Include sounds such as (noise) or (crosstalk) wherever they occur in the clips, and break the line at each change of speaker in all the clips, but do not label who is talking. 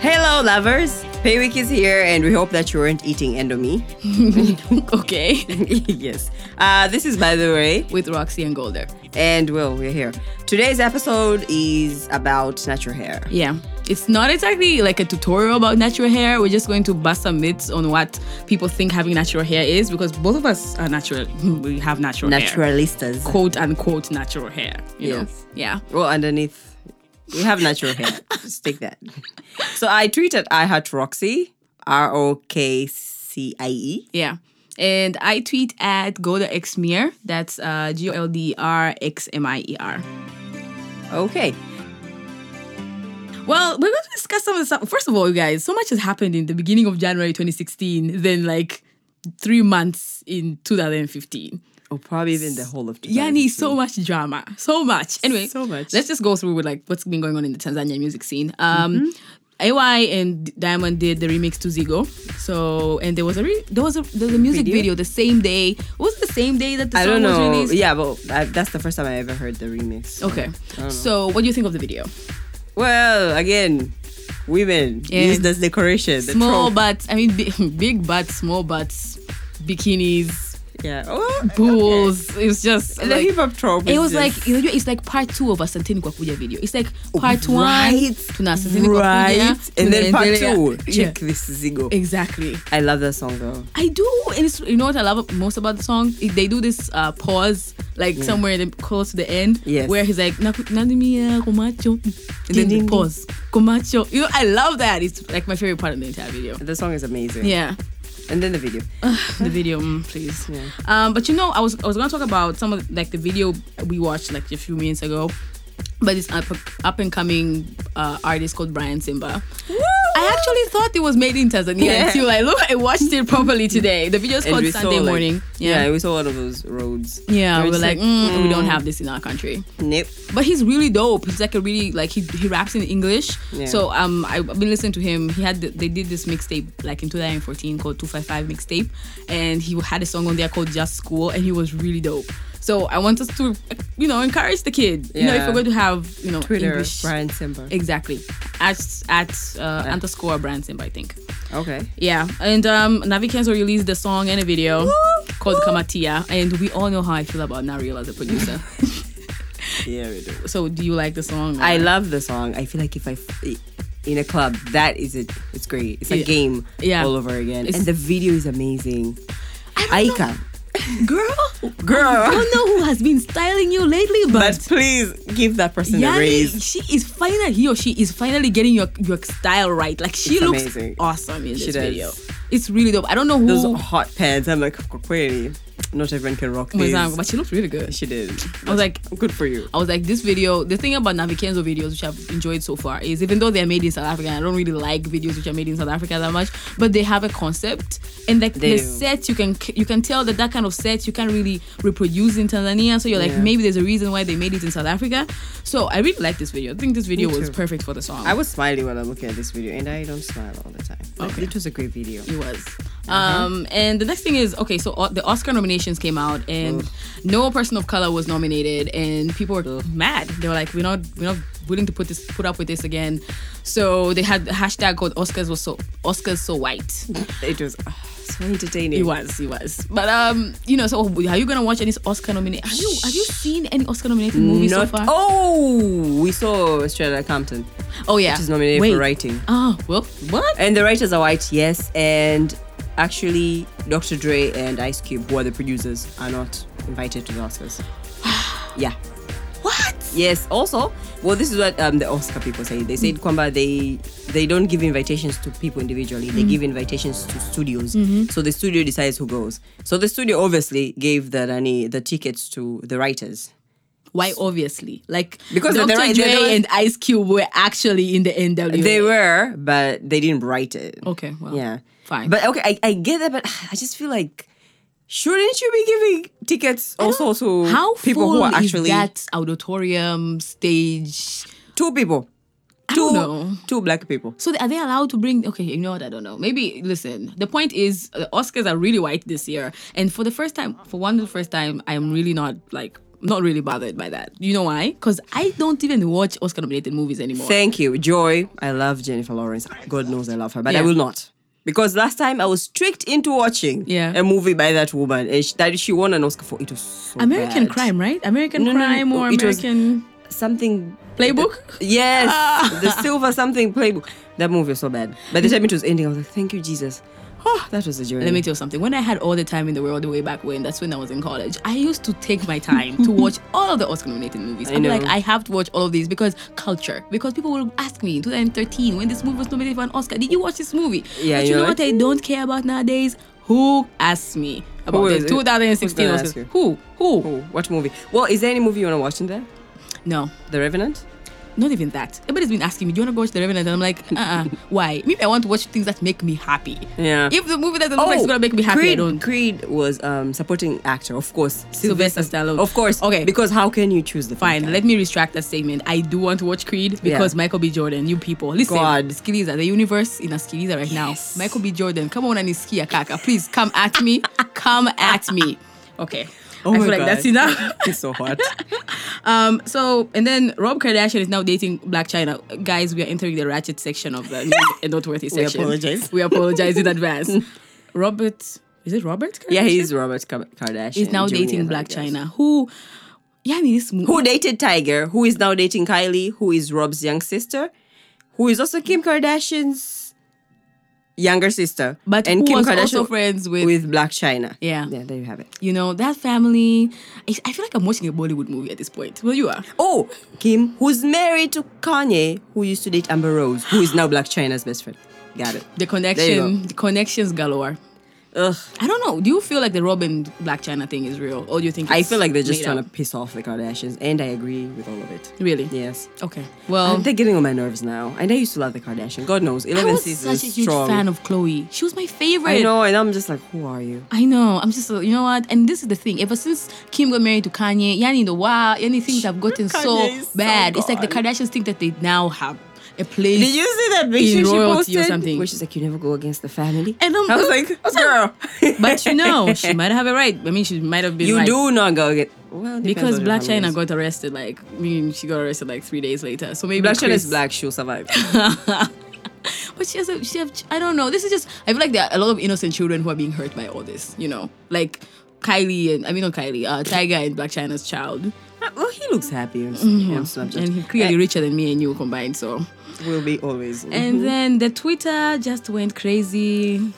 Hello, lovers! Payweek is here, and we hope that you weren't eating Endomy.
(laughs) okay.
(laughs) yes. Uh, this is, by the way,
With Roxy and Golder.
and well, we're here. Today's episode is about natural hair.
Yeah. It's not exactly like a tutorial about natural hair. We're just going to bust some myths on what people think having natural hair is because both of us are natural. (laughs) We have natural, hair.
Naturalistas.
Quote unquote natural hair. You know?
Yes.
Yeah.
Well, underneath, we have natural (laughs) hair. Just take that. So I tweeted I heart Roxy, R O K C I E.
Yeah. And I tweet at Golder Xmeer. That's uh, G O L D R X M I E R.
Okay.
Well, we're going to discuss some of the stuff. First of all, you guys, so much has happened in the beginning of January 2016 than like three months in 2015.
Or Oh, probably even the whole of
Yani,
2016.
so much drama, so much. Anyway,
So much.
Let's just go through with like what's been going on in the Tanzania music scene.
Mm-hmm.
Um, AY and Diamond did the remix to Zigo. So and there was a re- there was a there's a music
Video?
video? the same day. Was it the same day that the
I don't
song
know.
was released?
Yeah, but I, that's the first time I ever heard the remix.
Okay. So what do you think of the video?
Well, again, women
Yeah.
used as decoration. The
Small
trope.
butts. I mean, big, (laughs) big butts, small butts, bikinis,
yeah. Oh,
pools. It was just
okay. The
like-
hip hop trope.
It
is
was
just-
like unajua it's like part two of asanteni kwa kuja video it's like part one
Right,
tuna asanteni kwa
right,
kuja
and then part two.
tunaendelea.
Check
Yeah.
this Zigo.
exactly
I love that song though.
i do and it's, you know what i love most about the song It- they do this uh, pause like somewhere in the, close to the end
Yes.
where he's like "Naku- nadimia komacho and then
Ding, ding.
the pause komacho you know i love that it's like my favorite part of the entire video
The song is amazing.
yeah
And then the video.
(laughs) the video, mm, please.
Yeah.
Um, but you know, I was I was gonna talk about some of like the video we watched like a few minutes ago, but this up, up and coming uh, artist called Brian Simba. I actually thought it was made in Tanzania
Yeah.
until I look I watched it properly today. The video is
And
called
we saw,
Sunday
like-
Morning.
Yeah.
Yeah.
we saw one of those roads.
Yeah, we
Where
were
it's
like, mm, we don't have this in our country,
Nope.
but he's really dope. He's like a really like he, he raps in English.
Yeah.
So um, I've been listening to him. He had the, they did this mixtape like in 2014 called 255 mixtape, and he had a song on there called Just School, and he was really dope. So I want us to, you know, encourage the kid. You know, if
Yeah.
we're going to have, you know,
Twitter,
English,
Brian Simba.
exactly, at at uh, underscore brand Simba, I think.
Okay.
Yeah, and um, Navi Kenzo released the song and a video called
woo.
Kamatia, and we all know how I feel about Nariel as a
(laughs)
producer.
Yeah, we do.
so, do you like the song?
I
or-
love the song. I feel like if I, f- in a club, that is it. It's great. It's a
Yeah.
game
Yeah.
all over again.
It's-
and the video is amazing.
I don't
Aika,
know, girl. I
girl.
don't know who has been styling you lately,
(laughs) But
but,
please give that person a
Yani,
raise.
she is finally he or she is finally getting your your style right. Like she
It's
looks
amazing.
awesome in this
She does.
video. It's really dope. I don't know who
Those hot pants. I'm like, "Kwa kweli, not everyone can rock
was
these.
on, but she looks really good.
She did.
I was like,
Good for you.
I was like, this video. The thing about Navikenzo videos, which I've enjoyed so far, is even though they're made in South Africa, I don't really like videos which are made in South Africa that much. But they have a concept, and like
They
the
do.
set, you can you can tell that that kind of set you can't really reproduce in Tanzania. So you're like,
Yeah.
maybe there's a reason why they made it in South Africa. So I really like this video. I think this video was
too.
perfect for the song.
I was smiling when I'm looking at this video, and I don't smile all the time. Like,
Okay.
It was a great
(laughs)
video.
It was.
Uh-huh.
Um, and the next thing is okay. So uh, the Oscar nominations came out, and no person of color was nominated, and people were mad. They were like, "We're not, we're not willing to put this, put up with this again." So they had the hashtag called Oscars was so Oscars so white.
It was ah, so entertaining.
It was, it was. But um, you know, so are you gonna watch any Oscar nominated? Have you have you seen any Oscar nominated movies so
Not,
far?
oh, we saw Australia Compton,
Oh, yeah,
which is nominated
Wait.
for writing. Eh.
Oh well, what?
And the writers are white, yes. And actually, Dr. Dre and Ice Cube, who are the producers, are not invited to the Oscars. (sighs) yeah.
What?
Yes. Also, well, this is what um, the Oscar people say. They said Kwamba they they don't give invitations to people individually. They give invitations to studios. So the studio decides who goes. So the studio obviously gave the Nani the tickets to the writers.
Why? Obviously, like
Because
Dr.
they're right,
Dre
they're right.
and Ice Cube were actually in the NWA.
They were, but they didn't write it.
Okay, well,
Yeah.
fine.
But okay, I, I get that, but (sighs) I just feel like shouldn't you be giving tickets also to
how
people
full
who are actually
is that auditorium stage?
two people? Two
don't know.
two black people.
So are they allowed to bring? Okay, you know what? I don't know. Maybe listen. The point is, uh, Oscars are really white this year, and for the first time, for one of the first time, I'm really not like not really bothered by that. You know why? Because I don't even watch Oscar nominated movies anymore.
Thank you, Joy. I love Jennifer Lawrence. God knows I love her, but I
Yeah.
will not. Because last time I was tricked into watching
Yeah.
a movie by that woman and she, that she won an Oscar for. It was so
American
bad.
Crime, right? American
No, no, no,
Crime
no,
or
it was-
American
Something.
Playbook? Ah.
Yes, the silver something playbook. That movie was so bad. By the time it was ending, I was like, "Thank you, Jesus." Oh, that was a journey.
Let me tell you something. When I had all the time in the world way back when, that's when I was in college, I used to take my time
(laughs)
to watch all of the Oscar nominated movies. I'm
know.
like, I have to watch all of these because culture. Because people will ask me in 2013 when this movie was nominated for an Oscar, did you watch this movie?
Yeah,
but you
you're
know
like,
what I don't care about nowadays? Who asks me about
Who
the
is it?
2016
Who's gonna
Oscars?
ask you?
Who? Who?
Oh, what movie? Well, is there any movie you want to watch in there?
No.
The Revenant.
Not even that. Everybody's been asking me, do you want to watch The Revenant? And I'm like,
(laughs)
uh-uh. Why? Maybe I want to watch things that make me happy.
Yeah. Oh,
If the movie doesn't look like Oh, it's going to make me happy,
Creed,
I don't.
Creed was um, supporting actor, of course.
Sylvester Stallone.
Of course.
Okay.
Because how can you choose the
Fine,
Guy?
let me retract that statement. I do want to watch Creed because
Yeah.
Michael B. Jordan, you people. Listen,
God.
Skiliza, the universe in a Skiliza right
Yes.
now. Michael B. Jordan, come on and Iskia Kaka. Please come
(laughs)
at me. come at me. Okay.
Oh
I
my
feel like
God. (laughs)
that's enough. (laughs)
It's so hot.
Um, so and then Rob Kardashian is now dating Black China. Guys, we are entering the ratchet section
(laughs)
of the news and noteworthy section.
apologize.
We
(laughs)
apologize in advance. Robert, is it Robert?
yeah,
Kardashian?
he's Robert Ka- Kardashian.
He's now
Jr.,
dating
I
Black
guess.
China, who, yeah, I mean, this mo-
Who dated Tiger? Who is now dating Kylie? Who is Rob's young sister? Who is also Kim Kardashian's younger sister?
but
and
who
Kim
was
Kardashian
also friends with,
with Black China.
Yeah.
Yeah, there you have it.
you know that family. I, I feel like I'm watching a Bollywood movie at this point. Well, you are.
Oh, Kim, who's married to Kanye, who used to date Amber Rose, who is now Black China's best friend. Got it.
The connection, the connections galore.
Ugh.
I don't know. Do you feel like the Robin Black China thing is real, or do you think
I
it's
feel like they're just
made
trying
up?
to piss off the Kardashians, and I agree with all of it.
really?
Yes.
Okay. Well,
And they're getting on my nerves now. And I used to love the Kardashian. God knows,
Um, I
eleven
was
seasons
such a huge
strong.
fan of Chloe. She was my favorite.
I know, and I'm just like, who are you?
I know. I'm just, uh, you know what? And this is the thing. Ever since Kim got married to Kanye, yani the wow, yani things have gotten
(laughs) Kanye
so
is so
bad. it's like the
gone.
Kardashians think that they now have a place.
Did you see that picture she
royalty
posted?
or something.
Where she's like, you never go against the family.
And I'm-
I was like, girl.
but
(laughs)
you know, she might have it right. I mean, she might have been
you
right.
do not go against. Well, depends
Because
on your
Black
family.
China got arrested, like, I mean, she got arrested like three days later. So maybe
Black China
Chris-
is black. She'll survive.
(laughs) But she has, a, she have, I don't know. This is just, I feel like there are a lot of innocent children who are being hurt by all this, you know? Like Kylie and, I mean, not Kylie, uh, Tiger and Black China's child.
well, he looks happy on, on Snapchat.
Mm-hmm.
Uh, Mm-hmm.
And he's clearly richer than me and you combined, so.
will be always.
And then the Twitter just went crazy.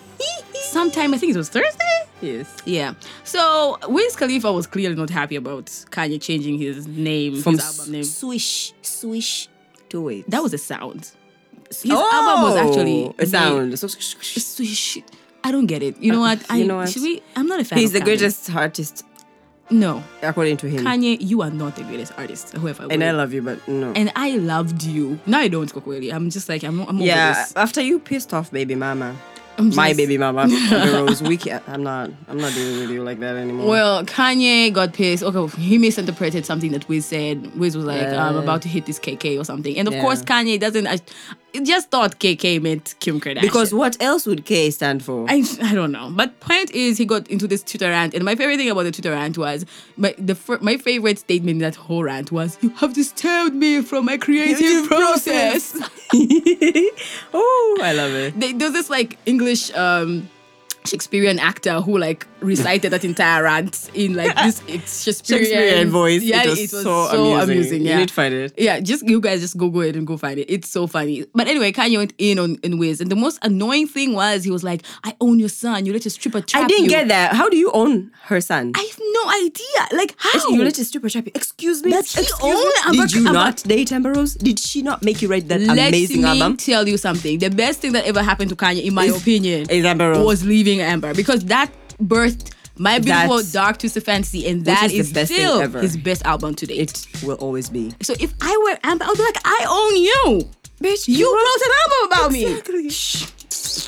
Sometime, I think it was Thursday?
yes.
Yeah. So Wiz Khalifa was clearly not happy about Kanye changing his name,
From
his album name.
swish, swish to it.
That was a sound. His album was actually
Oh, a
made-
sound. So-
Swish. I don't get it. You know
Uh,
what? I,
you know what?
Should we? I'm not a fan.
He's
of
the
Kanye.
greatest artist
No,
according to him.
Kanye, you are not the greatest artist. Whoever.
And
were.
I love you, but no.
and I loved you. Now I don't, Kokweli. I'm just like I'm. I'm over
yeah,
this.
after you pissed off baby mama,
I'm
my
just-
baby
(laughs)
mama, Amber Rose, we can, I'm not, I'm not dealing with you like that anymore.
Well, Kanye got pissed. Okay, he misinterpreted something that Wiz said. Wiz was like, "I'm
Yeah.
about to hit this KK or something," and of
Yeah.
course, Kanye doesn't. I he just thought KK meant Kim Kardashian
because what else would K stand for?
I, I don't know. But point is, he got into this Twitter rant, and my favorite thing about the Twitter rant was my the fir- my favorite statement in that whole rant was, "You have disturbed me from my creative
Creative
process."
process." (laughs)
(laughs)
oh, I love it.
They, there's this like English. um Shakespearean actor who like recited that entire rant in like
(laughs)
this it's Shakespearean,
Shakespearean voice.
Yeah,
it was, so, amusing.
Yeah,
You need to find it.
yeah, just you guys just Google it and go find it. It's so funny. But anyway, Kanye went in on in Wiz, and the most annoying thing was he was like, "I own your son. You let your stripper trap
I didn't
you."
get that. How do you own her son?
I have no idea. Like how?
Actually, you let a stripper trap you. Excuse me.
Does he
Excuse
own
me?
Amber-
Did you
Amber-
not date Amber Rose? Did she not make you write that
Let
amazing
me
album?
tell you something. The best thing that ever happened to Kanye, in my
Is-
opinion,
is Amber Rose.
was leaving Amber because that birthed my beautiful
That's-
dark twisted fantasy, and that
is the
is,
best thing
still
ever.
his best album to date.
It will always be.
so if I were Amber, I would be like, I own you.
Bitch,
You wrote an album about me.
Exactly.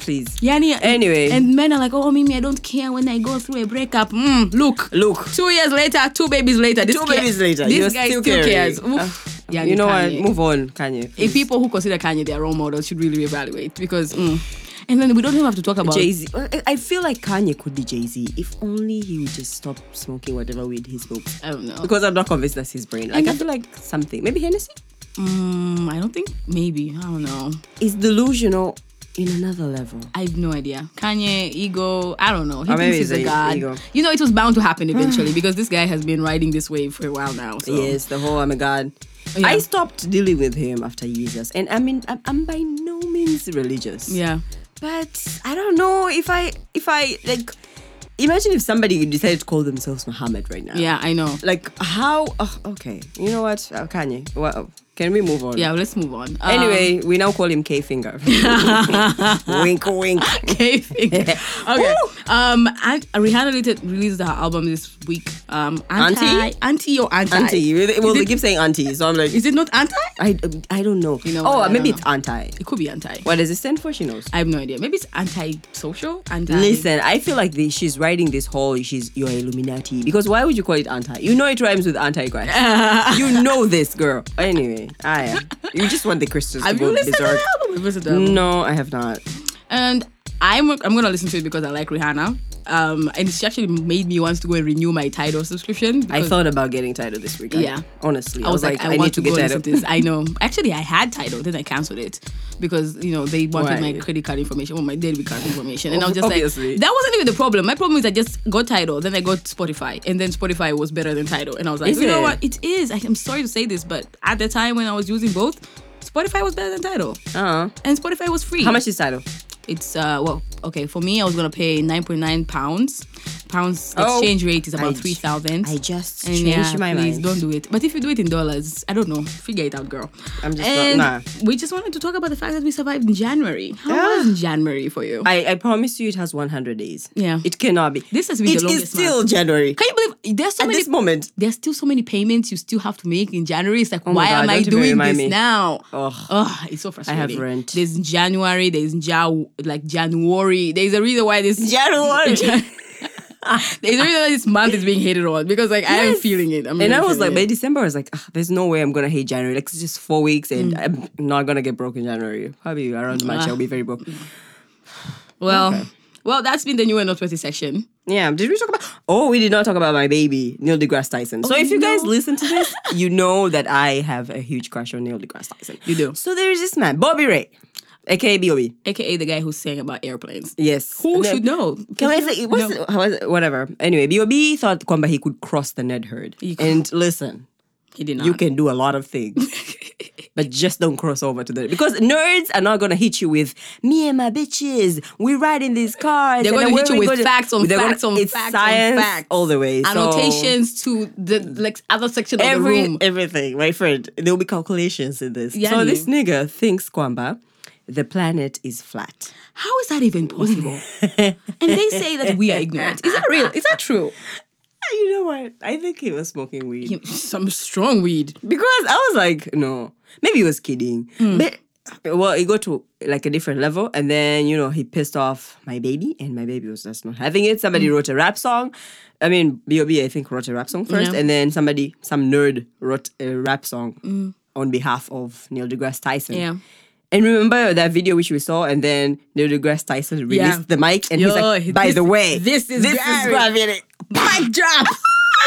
Please.
Yani,
Anyway.
and men are like, oh, Mimi, I don't care when I go through a breakup. Mm, look,
Look.
two years later, two babies later, this
Two
ca-
babies later.
this
you're
guy
still
still,
caring.
cares.
Uh,
Oof. Yani
you know
Kanye.
what? Move on, Kanye.
If people who consider Kanye their role model should really reevaluate because mm, And then we don't even have to talk about
Jay Z. I feel like Kanye could be Jay Z if only he would just stop smoking whatever weed he smokes.
I don't know.
Because I'm not convinced that's his brain. Like I feel like something. Maybe Hennessy
Mm, I don't think maybe. I don't know.
is delusional in another level.
I have no idea. Kanye, ego, I don't know. He
Or maybe
thinks he's a
it's a
god.
ego.
You know, it was bound to happen
(sighs)
eventually because this guy has been riding this wave for a while now. So.
Yes, the whole I'm a god.
Yeah.
I stopped dealing with him after Jesus, and I mean I'm, I'm by no means religious.
Yeah.
but I don't know if I if I like. Imagine if somebody decided to call themselves Muhammad right now.
Yeah, I know.
Like how? Oh, okay. You know what, uh, Kanye? Well, can we move on?
Yeah, well, let's move on. Um,
Anyway, we now call him K Finger. (laughs) wink, wink.
(laughs)
(laughs)
okay. thank you. okay. Um, and Rihanna released, released her album this week. Um, anti,
Auntie?
anti or anti?
Auntie. Well,
is,
they
it,
keep saying auntie, so I'm like,
is it not anti?
I, I don't know.
You know
oh,
what, I
maybe
don't
it's anti.
It could be anti.
What does it stand for? She knows.
I have no idea. Maybe it's anti-social. um, Anti.
Listen, I feel like the, she's writing this whole she's your Illuminati because why would you call it anti? You know it rhymes with
(laughs)
antichrist. you know this girl. Anyway, I you just want the Christians to
Have you
go
listened to the
berserk.
album? I've listened to the album.
No, I have not.
and I'm I'm gonna listen to it because I like Rihanna. Um, and she actually made me want to go and renew my Tidal subscription.
I
because
thought about getting title this week.
Yeah.
I, honestly, I was, like, I,
want
need to get
go
title.
listen to this. I know. Actually, I had Tidal, then I canceled it because you know they wanted
Why?
my credit card information, well, my debit card information, and I was just
Obviously.
like, that wasn't even the problem. My problem is I just got Tidal, then I got Spotify, and then Spotify was better than Tidal, and I was like,
Is
you know
it?
what? It is. I, I'm sorry to say this, but at the time when I was using both, Spotify was better than Tidal,
Uh-huh.
and Spotify was free.
How much is title?
It's uh well okay for me I was gonna pay nine point nine pounds. Pounds the
Oh.
exchange rate is about
I-
three thousand.
I just
And
changed
yeah,
my
please
mind.
don't do it. But if you do it in dollars, I don't know. Figure it out, girl.
I'm just not-
and
nah.
We just wanted to talk about the fact that we survived in January. How
Ah.
was January for you?
I, I promise you, it has 100 days.
Yeah.
it cannot be.
This has been
It
the
is
longest
still January.
Can you believe there's so
At
many
this moment,
there's still so many payments you still have to make in January. It's like
Oh my
why
God,
am I
don't even
doing
remind
this
me.
now?
Ugh.
Ugh, it's so frustrating.
rent.
There's January. There's ja- like January. There's a reason why this
January.
Jan- (laughs) There's a reason why this month is being hated on because like I am
Yes.
feeling it. I'm
and
really
I was like,
feeling
by
it.
December, I was like, "Ah, there's no way I'm gonna hate January. Like it's just four weeks, and
Mm.
I'm not gonna get broke in January. Probably around March,
Ah.
I'll be very broke.
well, well, that's been the new and noteworthy section.
Yeah. Did we talk about? Oh, we did not talk about my baby, Neil deGrasse Tyson. so if you guys
Oh, no.
listen
(laughs)
to this, you know that I have a huge crush on Neil deGrasse Tyson.
You do.
So there is this man, Bobby Ray, aka Bobby.
aka the guy who sang about airplanes.
Yes.
Who
And then-
should know?
Can I say what's, how was it? whatever? Anyway, B.O.B. thought Kwamba he could cross the nerd herd.
He could.
And listen,
He did not.
you can do a lot of things.
(laughs)
but just don't cross over to the because nerds are not gonna hit you with me and my bitches. We ride in these cars.
They're
and
gonna
we're
hit you
really
with
gonna-
facts on
they're gonna-
facts on
it's
facts on
science
facts.
all the way. so
annotations to the like other section of the
Every,
room.
everything, my friend. There will be calculations in this.
Yani.
So this nigga thinks Kwamba, the planet is flat. (laughs)
How is that even possible? (laughs) and they say that we are ignorant. Is that real? Is that true?
You know what? I think he was smoking weed.
Some strong weed.
because I was like, no, maybe he was kidding.
Hmm.
But well, it got to like a different level, and then you know he pissed off my baby, and my baby was just not having it. Somebody
Hmm.
wrote a rap song. I mean, B.O.B. I think wrote a rap song first,
Yeah.
and then somebody, some nerd, wrote a rap song on behalf of Neil deGrasse Tyson.
Hmm. Yeah.
And remember that video which we saw, and then Neil deGrasse Tyson released
Yeah.
the mic, and he's
Yo,
like, "By
this-
the way,
this is
this is
gravity."
Mic drop.
(laughs)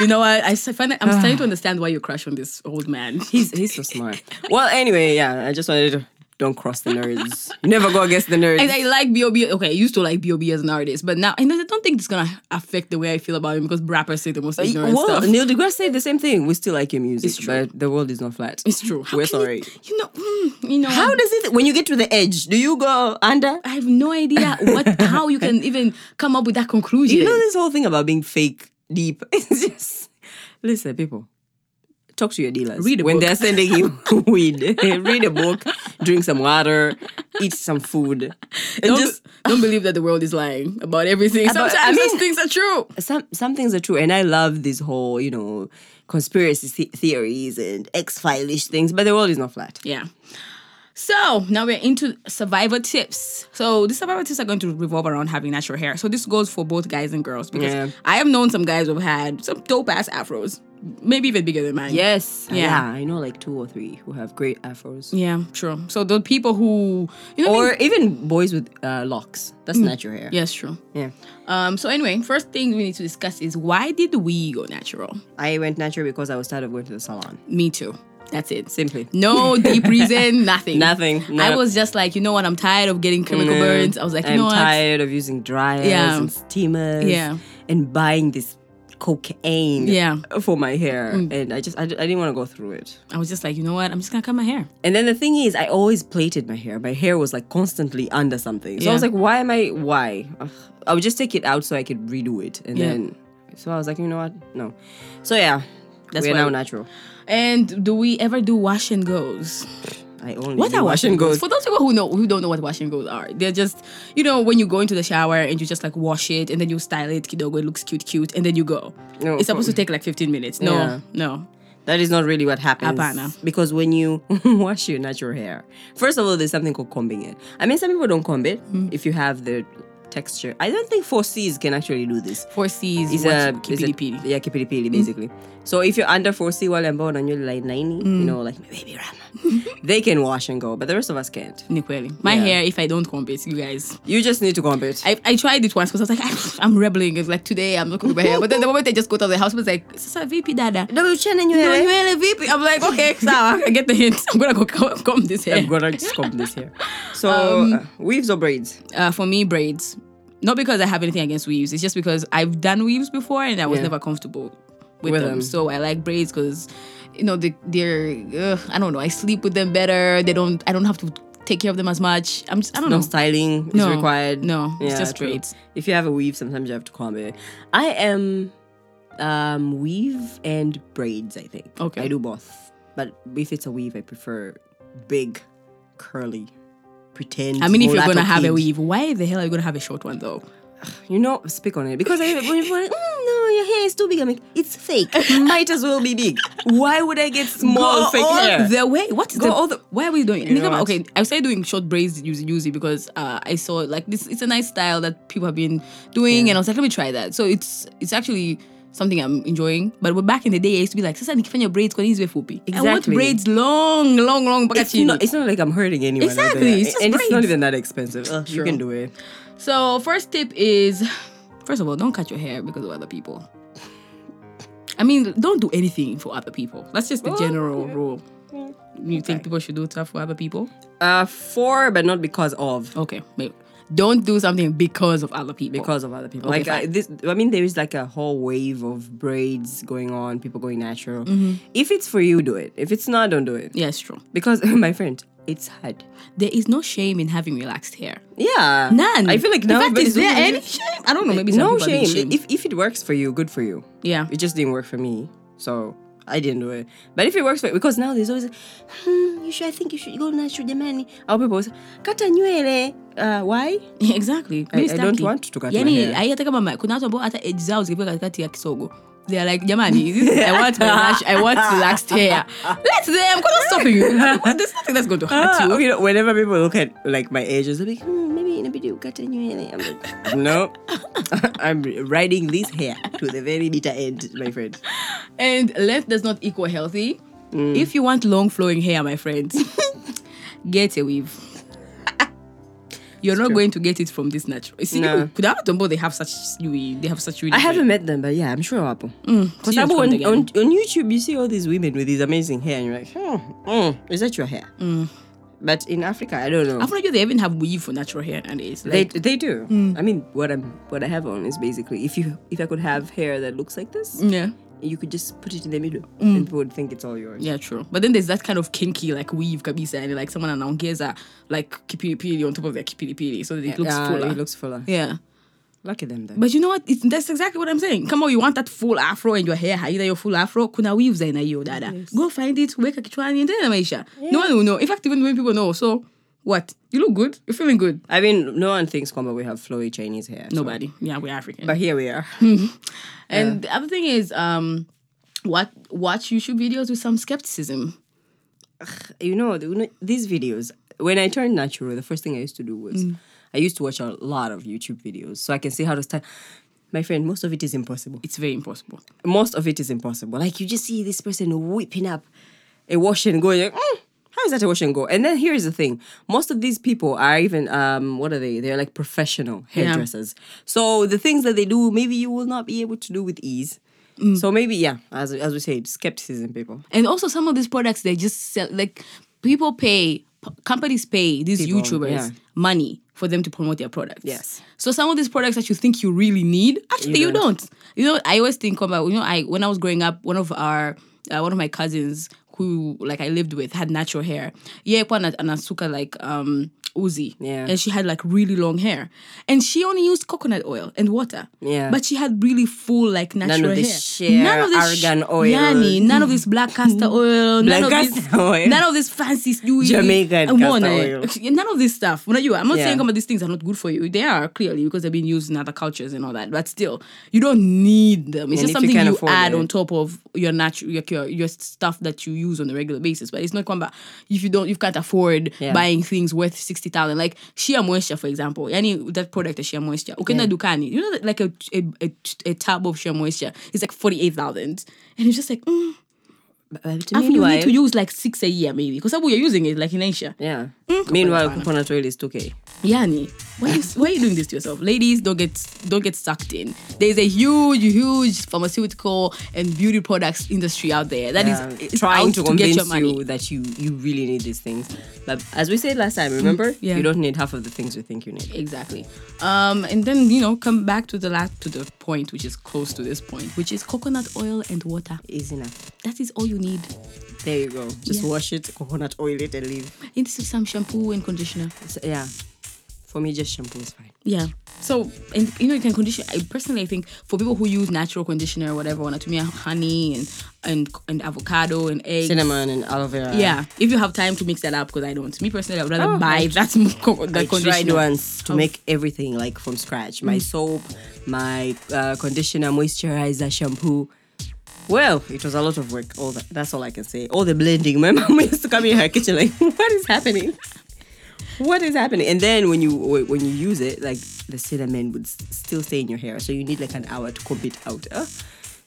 You know what? I s- find I'm starting (sighs) to understand why you crush on this old man.
He's he's so (laughs) smart. well, anyway, yeah, I just wanted to don't cross the nerds. You never go against the nerds.
And (laughs) I like B.O.B. Okay, I used to like B.O.B. as an artist, but now, and I don't think it's gonna affect the way I feel about him because rappers say the most ignorant
well,
stuff.
Neil deGrasse said the same thing. We still like your music,
true.
but the world is not flat.
It's true. How
We're
can you-
sorry.
You know, mm, you
(laughs)
know.
How does it? When you get to the edge, do you go under?
I have no idea (laughs) what how you can even come up with that conclusion.
You know this whole thing about being fake deep. (laughs) It's just listen, people. Talk to your dealers
Read a
when
book.
they're sending you (laughs) weed. Read a book, drink some water, eat some food, and
don't,
just
don't believe that the world is lying about everything.
About-
Sometimes
I mean-
those things are true.
some some things are true, and I love this whole you know conspiracy the- theories and X file ish things, but the world is not flat.
Yeah. So now we're into survivor tips. So the survivor tips are going to revolve around having natural hair. So this goes for both guys and girls because
Yeah.
I have known some guys who've had some dope ass afros, maybe even bigger than mine.
Yes.
Yeah.
I know like two or three who have great afros.
Yeah, sure. So the people who you know what I
Or
mean? Mm.
even boys with uh, locks. That's natural hair.
yes, true.
Yeah.
Um, so anyway, first thing we need to discuss is why did we go natural?
I went natural because I was tired of going to the salon. Mm.
Me too. That's it.
Simply.
No deep
(laughs)
reason, nothing.
Nothing, no.
I was just like, you know what? I'm tired of getting chemical burns. I was like, you
I'm
know what?
tired of using dryers
Yeah.
and steamers.
Yeah.
And buying this cocaine.
Yeah. Mm.
For my hair, and I just I, I didn't want to go through it.
I was just like, you know what? I'm just gonna cut my hair.
And then the thing is, I always plaited my hair. My hair was like constantly under something. So
Yeah.
I was like, why am I? Why? Ugh. I would just take it out so I could redo it. And
Yeah.
then, so I was like, you know what? No. So yeah,
That's
we're
why-
now natural.
And do we ever do wash and goes?
I only
What
do
are
wash and goes.
For those people who know who don't know what wash and goes are, they're just you know when you go into the shower and you just like wash it and then you style it, kidogo, it looks cute, cute, and then you go.
No,
it's supposed
for-
to take like 15 minutes. No,
Yeah.
no.
That is not really what happens.
Hapana.
Because when you (laughs) wash your natural hair, first of all, there's something called combing it. I mean, some people don't comb it if you have the texture. I don't think 4Cs can actually do this.
Four C's
It's
is
a,
a
it's a-
kipidi
yeah, kipilipili, Mm. basically. So if you're under 4C while I'm born and you're like 90, you know, like my baby Rama, (laughs) they can wash and go, but the rest of us can't.
My
Yeah.
hair, if I don't comb it, you guys.
You just need to comb it.
I, I tried it once because I was like, I'm rebelling. It's like today I'm not going to my hair. But then the moment I just go to the house, it's like, Sasa VP dada.
No, you change and you
No,
have it.
really VP. I'm like, okay, (laughs) sawa. I get the hint. I'm gonna go co- comb this hair.
I'm gonna just comb this hair. (laughs) So uh, weaves or braids?
uh, for me, braids. Not because I have anything against weaves. It's just because I've done weaves before and I was
Yeah.
never comfortable with,
With
them.
them.
So I like braids because, you know, they, they're. Ugh, I don't know. I sleep with them better. They don't. I don't have to take care of them as much. I'm. Just, I don't
No
know.
styling is
No,
required.
no, it's just
true.
braids.
If you have a weave, sometimes you have to comb it. I am um, weave and braids. I think.
Okay.
I do both, but if it's a weave, I prefer big, curly, pretend.
I mean, if you're
mulatto
gonna have a
kid.
weave, why the hell are you gonna have a short one though?
you know, speak on it because I, when people are like, "Mm, no, your hair is too big. I'm like, it's
(laughs)
fake. Might as well be big. Why would I get small
Go
fake
all
hair?
The way. What is
Go
the,
all the-
Why are we doing? it?
know what?
okay, I started doing short braids using using because uh, I saw like this. It's a nice style that people have been doing, and I was like, let me try that. So it's it's actually. Something I'm enjoying, but we're back in the day, I used to be like, "Sasa nikifanya braids kwa nini ziwe fupi?" I want
Exactly.
braids long, long, long mpaka
It's not,
chini.
it's not like I'm hurting anyone. out there.
Exactly, it's just
and it's not
braids.
even that expensive. Ugh, you
True.
can do it.
So first tip is, first of all, don't cut your hair because of other (laughs) people. I mean, don't do anything for other people. That's just the general rule. You think people should do stuff for other people?
Uh, for but not because of.
Okay, maybe. Don't do something because of other people.
because of other people.
Okay,
like I,
fine.
this, I mean, there is like a whole wave of braids going on, people going natural.
Mm-hmm.
If it's for you, do it. If it's not, don't do it.
yeah, it's true.
Because (laughs) my friend, it's hard.
There is no shame in having relaxed hair.
Yeah,
None.
I feel like
In
now
fact, is
everybody's
there
doing
any
it.
shame? I don't know. Maybe
(laughs)
some
No
people are being
shame.
shamed.
If if it works for you, good for you.
yeah, (laughs)
It just didn't work for me, so I didn't do it. But if it works for because now there's always, hmm, you should. I think you should go natural, Demani. Our people say, kata nywele. Uh, why?
Yeah, exactly. Mimi
I
sitaki.
don't want to cut my
yani,
hair.
ai hata kama ma- kuna watu ambao hata edge zao zikiwa katikati ya kisogo. They are like, jamani, this- I want my lash, I want relaxed
(laughs)
hair. Let them, because stopping you. There's nothing that's going to hurt you.
Ah, you know, whenever people look at like my ages, they're like, hmm, maybe inabidi ukate nywele. I'm (laughs) like, no, I'm riding this hair to the very bitter end, my friend.
And length does not equal healthy.
Mm.
If you want long flowing hair, my
(laughs)
friends, get a weave. You're not going to get it from this natural. You see,
No.
people- kuna watu ambao they have such they have such really
I haven't met them, but yeah, I'm sure hapo. Mm, Because
serious
on,
from the
on, on YouTube, you see all these women with these amazing hair, and you're like, hmm, mm, is that your hair? But in Africa, I don't know.
I've heard they even have weave for natural hair nowadays.
They,
Like,
they do. I mean, what I'm what I have on is basically if you if I could have hair that looks like this,
yeah.
you could just put it in the middle, and people would think it's all yours.
Yeah, true. But then there's that kind of kinky like weave kabisa and like someone anaongeza like kipilipili on top of their kipilipili so that it looks
Ah,
fuller.
It looks fuller.
yeah.
Lucky them then.
But you know what? It's, that's exactly what I'm saying. Come on, you want that full afro in your hair, either your full afro, kuna weaves za aina hiyo dada. Go find it, weka kichwani, endelea na maisha. No one will know. In fact, even when people know, so what? You look good. You're feeling good.
I mean, no one thinks Kwamba we have flowy Chinese hair. so-
Nobody. Yeah, we're African.
But here we are. (laughs)
And the other thing is, um, what watch YouTube videos with some skepticism.
you know, the- you know, these videos, when I turned natural, the first thing I used to do was I used to watch a lot of YouTube videos so I can see how to start. My friend, most of it is impossible.
It's very impossible.
Most of it is impossible. Like you just see this person whipping up a wash and go. You're like, "Mm, how is that a wash and go? And then here is the thing: most of these people are even um, what are they? They're like professional hairdressers. So the things that they do, maybe you will not be able to do with ease.
Mm.
So maybe yeah, as as we said, skepticism, people.
And also some of these products they just sell like people pay p- companies pay these
People,
YouTubers
yeah.
money for them to promote their products.
Yes.
So some of these products that you think you really need, actually
You
you, don't. You know, I always think about you know, I when I was growing up, one of our uh, one of my cousins who like I lived with had natural hair. Yeah, and Anasuka like um Uzi.
Yeah.
And she had like really long hair. And she only used coconut oil and water.
Yeah.
But she had really full like natural
of
hair.
this sheer
sh-
argan oil.
Yani, none of this black
(laughs)
castor oil, none
Black
of this,
castor oil.
none of this fancy Uh, you-
Jamaican
I want
castor
it. (laughs)
oil.
Actually, None of this stuff. Well, you, I'm not
Yeah.
saying some of these things are not good for you. They are clearly because they've been used in other cultures and all that. But still, you don't need them. It's
And if
just
you
something
can
you,
afford
add
it.
on top of your natural your, your your stuff that you use on a regular basis. But it's not come back if you don't you can't afford
Yeah.
buying things worth sixty thousand. Like Shea Moisture, for example. Any that product is Shea Moisture. Okay, yeah. Dukani. You know that, like a a, a a tub of Shea Moisture is like forty eight thousand. And it's just like mm, I think you need to use like six a year maybe. Because you're using it like in Asia.
Yeah.
Mm.
Meanwhile,
Coconut
coconut oil is 2K.
Yani, why are, you, why are you doing this to yourself? Ladies, don't get don't get sucked in. There's a huge, huge pharmaceutical and beauty products industry out there that is
Um,
it's
trying
out
to
get
convince
your money.
you that you, you really need these things. But as we said last time, remember?
yeah.
You don't need half of the things you think you need.
Exactly. Um, and then you know, come back to the last to the point, which is close to this point, which is coconut oil and water.
Easy enough.
That is all you need.
There you go. Just
Yeah.
wash it, coconut oil it, and leave.
And this is some shampoo and conditioner.
So, yeah. For me, just shampoo is fine.
Yeah. So and you know you can condition. I personally I think for people who use natural conditioner or whatever, want to me honey and and and avocado and eggs.
Cinnamon and aloe vera.
Yeah, if you have time to mix that up, because I don't. Me personally, I'd rather
Oh,
buy
I-
that (laughs) m- co-
I
that
tried
conditioner.
once to
Oh.
make everything like from scratch. My soap, my uh, conditioner, moisturizer, shampoo. Well, it was a lot of work. All that, that's all I can say. All the blending. (laughs) My mom used to come in her kitchen like, (laughs) what is happening? What is happening? And then when you when you use it, like the cinnamon would s- still stay in your hair, so you need like an hour to comb it out. Uh,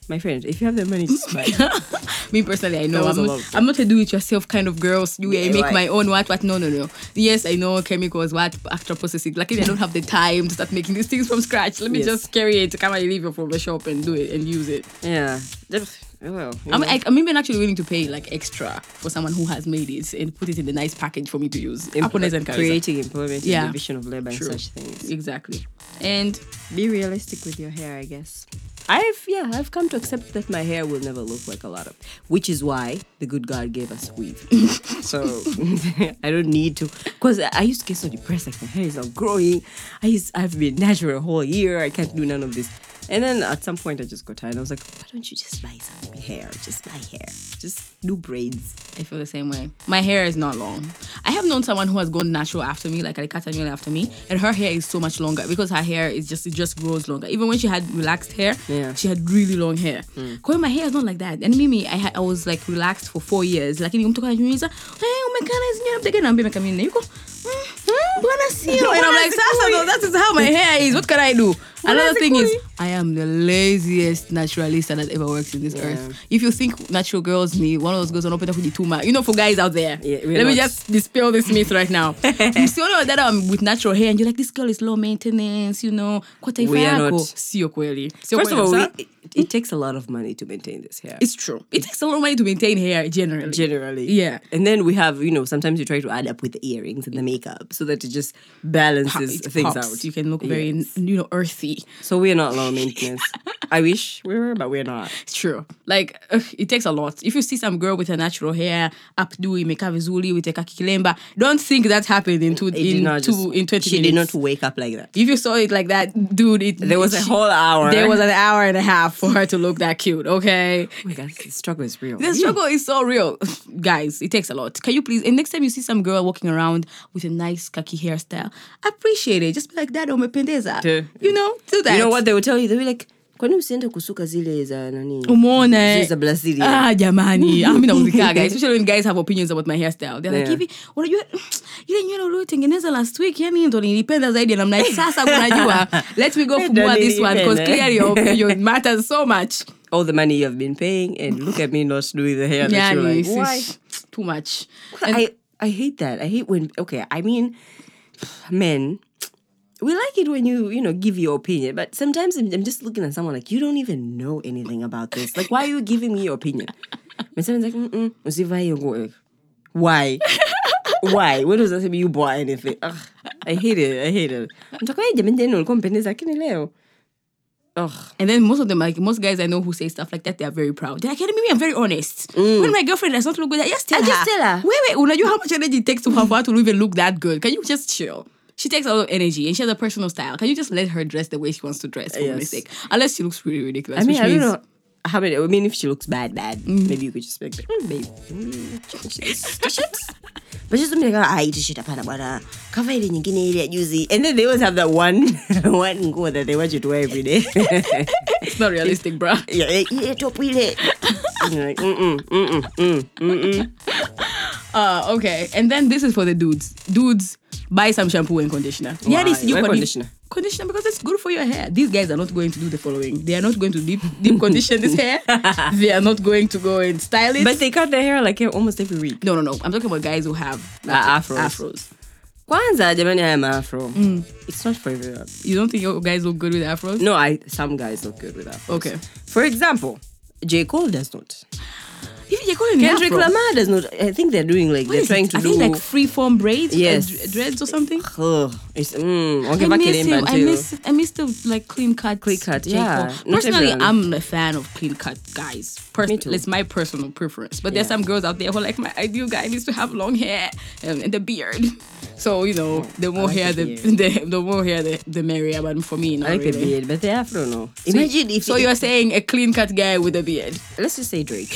my friend, if you have the money, just buy. it.
(laughs) Me personally, I know
was
I'm
a
not,
lot.
I'm not a do-it-yourself kind of girl. So you, I
Yeah,
make
right.
my own what what. No, no, no. Yes, I know chemicals, what after processing. Luckily, I don't have the time to start making these things from scratch. Let me
Yes.
just carry it to come and leave it from the shop and do it and use it.
yeah. That- Well, you
I'm,
know.
I, I'm even actually willing to pay like extra for someone who has made it and put it in the nice package for me to use. Happiness and charisma.
creating employment
Yeah.
and division of labor
True.
and such things.
Exactly. And
be realistic with your hair, I guess. I've yeah, I've come to accept that my hair will never look like a lot of, which is why the good God gave us weave. (laughs) so (laughs) I don't need to, because I used to get so depressed. Like my hair is not growing. I used, I've been natural whole year. I can't do none of this. And then at some point, I just got tired. I was like, why don't you just buy some hair? Just buy hair. Just do braids.
I feel the same way. My hair is not long. I have known someone who has gone natural after me, like Alicata Mule after me, and her hair is so much longer because her hair is just it just grows longer. Even when she had relaxed hair,
Yeah. Hmm.
she had really long hair. Koi, my hair is not like that. And Mimi, I had I was like relaxed for four years. Lakini mtu kaniuliza, "Eh, umekana hizi nywele mtege?" Naambia nimekaa mimi na yuko, "Mm, bwana sio." And I'm
Bwana
like, "Sasa
sikui."
ndo that is how my hair is. What can I do?" Another thing is,
sikui.
I am the laziest naturalista that ever works in this earth. If you think natural girls need one of those girls wanapenda kujituma, you know, for guys out there,
Yeah, we're
let me
not.
just dispel this myth right
(laughs)
now. Msione that I'm with natural hair and you're like, this girl is low maintenance, you know, kwa taifa
We are
yako.
not.
Sio kweli. Sio
First of
kweli,
all, we,
sir.
it, it takes a lot of money to maintain this hair.
it's true. It takes a lot of money to maintain hair generally.
generally.
Yeah.
And then we have, you know, sometimes you try to add up with the earrings and the makeup so that it just balances
It
things
pops.
out.
You can look very,
Yes.
you know, earthy.
So we are not low maintenance. (laughs) I wish we were, but we're not.
It's true. Like ugh, it takes a lot. If you see some girl with her natural hair updo imekaa vizuri with a kakikilemba, don't think that happened in two
It did
in
not
two
just,
in twenty
She
minutes.
did not wake up like that.
If you saw it like that, dude, it
There was a
she-
whole hour.
There was an hour and a half for her to look that cute. Okay.
Oh my God, the struggle is real.
The
Yeah.
struggle is so real, (laughs) guys. It takes a lot. Can you please? And next time you see some girl walking around with a nice khaki hairstyle, appreciate it. Just be like, "Dada, umependeza."
Yeah.
You know, do that.
You know what they will tell you? They'll be like, "Kwani kwani usiende kusuka zile za nani
umeona
zile
eh?
za brasilia
ah
(laughs)
jamani Ah, mi nauzikaga especially when guys have opinions about my hairstyle they're like
Yeah.
hivi unajua ile nywele ulioitengeneza last week yani ndo nilipenda zaidi na mna sasa
(laughs)
unajua let me go
Ndo
fumua this one because
nilipenda."
clearly your
(laughs)
opinion matters so much
all the money you have been paying and look at me not doing the hair that you're
yani
like
sis,
why
too much And-
I, I hate that. I hate when okay, I mean (sighs) men we like it when you, you know, give your opinion, but sometimes I'm, I'm just looking at someone like you don't even know anything about this. Like why are you giving me your opinion? And someone's like, mm usivae hiyo nguo." Why? Why? When was that time you bought anything? Ugh, I hate it. I hate it. Mtaka yeye jamani jana ulikuwa mpendeza lakini leo. Ugh.
And then most of them, like most guys I know who say stuff like that, they are very proud. They're like, "Hey, Mimi, I'm very honest. When my girlfriend does not look good, I just tell
I
her.
just tell her.
Wait, wait, unajua how much energy it takes to have her to even look that good? Can you just chill? She takes a lot of energy and she has a personal style. Can you just let her dress the way she wants to dress for
Yes.
my sake? Unless she looks really ridiculous,
I mean,
which
I don't
means
know how many. I mean, if she looks bad, bad, maybe you could just be like, mm, babe, mm, change
(laughs)
this, touch it. But just something like, ah, hii t-shirt hapana bwana, cover ile nyingine ile ya juzi. And then they always have that one, (laughs) one nguo that they want you to wear every day. (laughs)
it's not realistic, bruh.
yeah, eh, ile top ile. And you're like, mm-mm, mm-mm, mm, mm-mm.
Uh, okay. And then this is for the dudes. Dudes, buy some shampoo and conditioner. Yeah, this
Why
you
conditioner?
Conditioner because it's good for your hair. These guys are not going to do the following. They are not going to deep deep condition this
(laughs)
hair. They are not going to go and style it.
But they cut their hair like eh, almost every week.
no, no, no. I'm talking about guys who have
Ah, afros.
Afros.
Kwanza, jamani, I am afro.
Mm.
It's not for everyone.
You don't think your guys look good with afros?
No, I some guys look good with afros.
Okay.
For example, J. Cole does not.
Even you're calling
Kendrick Lamar does not. I think they're doing like they're trying to
I
do.
think like free form braids, uh,
Yes.
dr- dreads or something.
Ugh, it's mm, okay,
I
back
miss
in
him.
England
I
too.
miss I miss the like clean cut clean
cut, yeah. Not
Personally,
everyone.
I'm a fan of clean cut guys. Pers-
Me too.
It's my personal preference. But there's
Yeah.
some girls out there who are like my ideal guy needs to have long hair and, and the beard. (laughs) So you know, the more
like
hair,
the
the, the the more hair, the, the merrier. But for me, not
I like
really.
the beard, but the afro no. Imagine if
So you're saying a clean cut guy with a beard?
let's just say
(laughs)
Drake.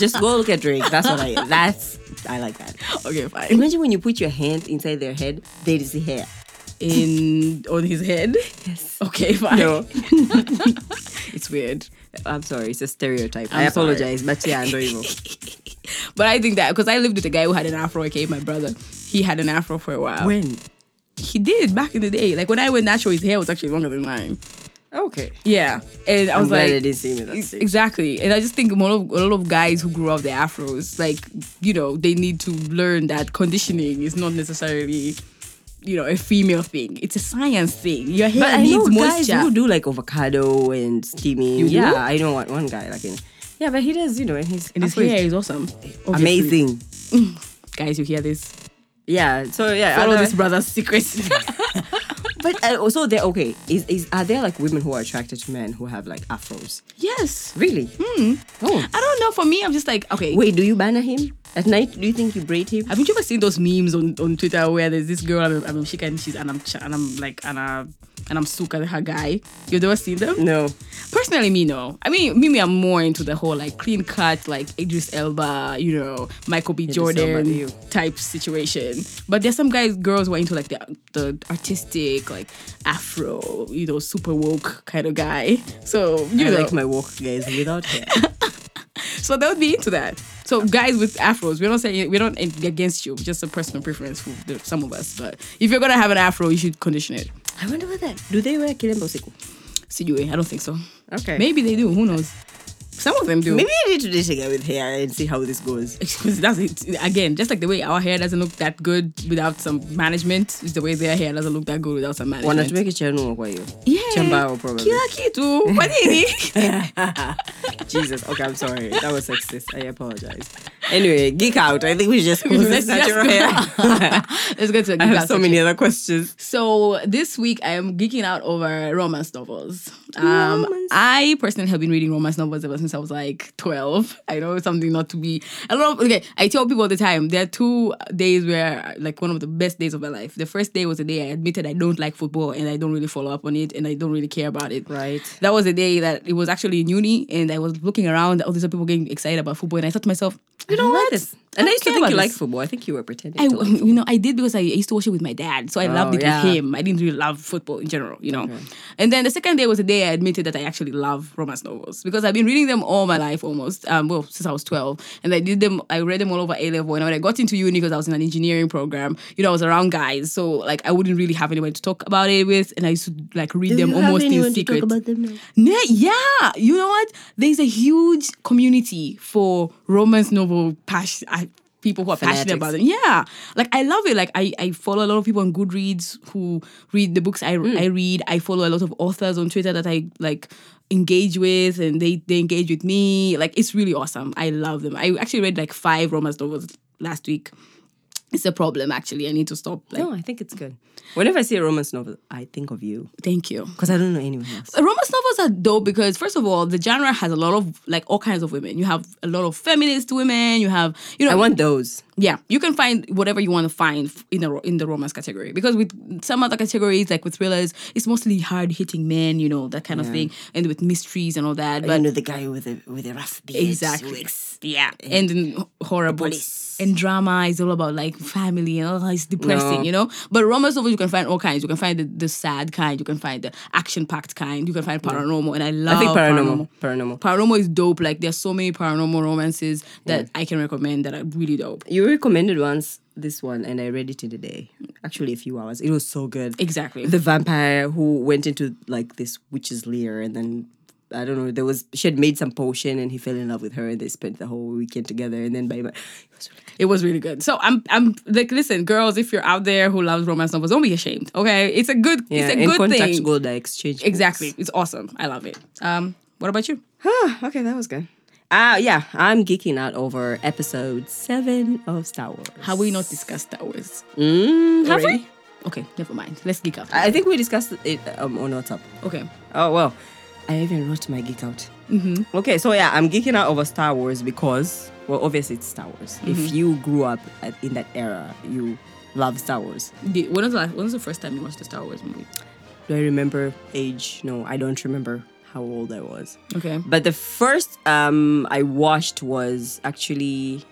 just go look at Drake. That's what I. That's I like that.
Okay, fine.
Imagine when you put your hand inside their head, there is the hair.
In on his head.
Yes.
Okay, fine.
No,
It's weird.
I'm sorry. It's a stereotype. i
I'm sorry.
apologize, but yeah, I know
(laughs)
you.
(laughs) But I think that because I lived with a guy who had an afro, aka my brother. He had an afro for a while.
When?
He did back in the day. Like when I went natural, his hair was actually longer than mine.
Okay.
Yeah, and I
I'm
was
glad I
like,
didn't see me that
Ex-
stage.
exactly. And I just think a lot, of, a lot of guys who grew up their afros, like you know, they need to learn that conditioning is not necessarily, you know, a female thing. It's a science thing. Your hair
But I know
needs
guys who
moisture.
do like avocado and steaming.
You do?
yeah, I know one, one guy like in, yeah, but he does you know and he's
And his hair is awesome. Obviously.
amazing.
guys. You hear this?
Yeah, so yeah,
Follow
other-
this brother's secrets. (laughs)
(laughs) But uh, also, they're okay. Is is are there like women who are attracted to men who have like afros?
yes.
Really? Oh,
I don't know. For me, I'm just like, okay.
wait. Do you banner him at night? Do you think you braid him?
Haven't you ever seen those memes on, on Twitter where there's this girl and I'm Shika and she's and I'm and I'm um, like uh, and I'm and I'm Suka um, her guy? You've never seen them?
No.
Personally, me no. I mean, me, me, I'm more into the whole like clean cut, like Idris Elba, you know, Michael B. Jordan
Elba, ew.
type situation. But there's some guys, girls who are into like the the artistic, like Afro, you know, super woke kind of guy. So you
I
know,
like my walk, guys, without hair.
so they would be into that. So guys with afros, we're not saying we're not against you, just a personal preference for the, some of us. But if you're gonna have an afro, you should condition it.
(laughs) I wonder whether do they wear kilemba usiku?
Sijui, I don't think so.
Okay.
Maybe they do. Who knows? Some of them do.
Maybe I need to date a guy with hair and see how this goes.
Because (laughs) that's it. Again, just like the way our hair doesn't look that good without some management, is the way their hair doesn't look that good without some management.
Wanatumia kichanuo kwa hiyo.
yeah.
chambao probably.
Kila kitu. Kwa nini?
(laughs) Jesus. Okay, I'm sorry. That was sexist. I apologize. Anyway, geek out. I think (laughs) we should just close this
Let's just
natural hair. (laughs)
go. (laughs) Let's go to the
I have
geek
(laughs)
out
so
section.
many other questions.
So this week I am geeking out over romance novels. Um, I personally have been reading romance novels ever since I was like twelve. I know it's something not to be. A lot of okay. I tell people all the time there are two days where like one of the best days of my life. The first day was the day I admitted I don't like football and I don't really follow up on it and I don't really care about it.
Right.
That was the day that it was actually in uni and I was looking around all these other people getting excited about football and I thought to myself, you know
don't like
what?
this. And I used to
care
think
about
you
this.
like football. I think you were pretending.
I,
to like
you know, I did because I used to watch it with my dad, so I loved
Oh,
it
yeah.
with him. I didn't really love football in general, you know. And then the second day was the day I admitted that I actually love romance novels because I've been reading them all my life, almost. Um, well, since I was twelve, and I did them. I read them all over A level, and when I got into uni because I was in an engineering program, you know, I was around guys, so like I wouldn't really have anyone to talk about it with, and I used to like read them almost in secret.
them now.
Ne- yeah, you know what? There's a huge community for romance novel pas- uh, people who are passionate about them. Yeah, like I love it. Like I, I follow a lot of people on Goodreads who read the books I I read. I follow a lot of authors on Twitter that I like engage with, and they they engage with me. Like it's really awesome. I love them. I actually read like five romance novels last week. It's a problem actually. I need to stop. Like,
No, I think it's good. Whenever I see a romance novel, I think of you
thank you.
because I don't know anyone else.
romance novels are dope because first of all the genre has a lot of like all kinds of women you have a lot of feminist women you have you know
I want those.
yeah you can find whatever you want to find f- in the ro- in the romance category because with some other categories like with thrillers it's mostly hard hitting men you know that kind of thing and with mysteries and all that but
I know the guy with a with a rough beard.
Exactly. Yeah. And in horror books. And drama is all about like family and oh, it's depressing,
No.
you know? But romance novels, you can find all kinds. You can find the, the sad kind, you can find the action packed kind, you can find paranormal. And I love
I think paranormal. Oh, Paranormal.
Paranormal is dope. Like there's so many paranormal romances that I can recommend that are really dope.
You recommended once this one, and I read it in a day. Actually, a few hours. It was so good.
Exactly.
the vampire who went into like this witch's lair and then I don't know. There was she had made some potion and he fell in love with her and they spent the whole weekend together and then by by-
It was really good. So I'm I'm like listen, girls, if you're out there who loves romance novels, don't be ashamed. Okay? It's a good
yeah,
it's a
and
good
contact
thing.
gold I exchange
Exactly. It's awesome. I love it. Um what about you?
okay, that was good. Ah, yeah, I'm geeking out over episode seven of Star Wars.
Have we not discussed Star Wars?
Mm, have
Already?
we?
Okay, never mind. Let's geek out.
I think we discussed it um, on WhatsApp.
okay.
Oh well, I even wrote my geek out. Mm-hmm. Okay, so yeah, I'm geeking out over Star Wars because, well, obviously it's Star Wars. If you grew up at, in that era, you love Star Wars.
The- when was the last, when was the first time you watched the Star Wars movie?
Do I remember age? No, I don't remember how old I was.
Okay.
But the first um I watched was actually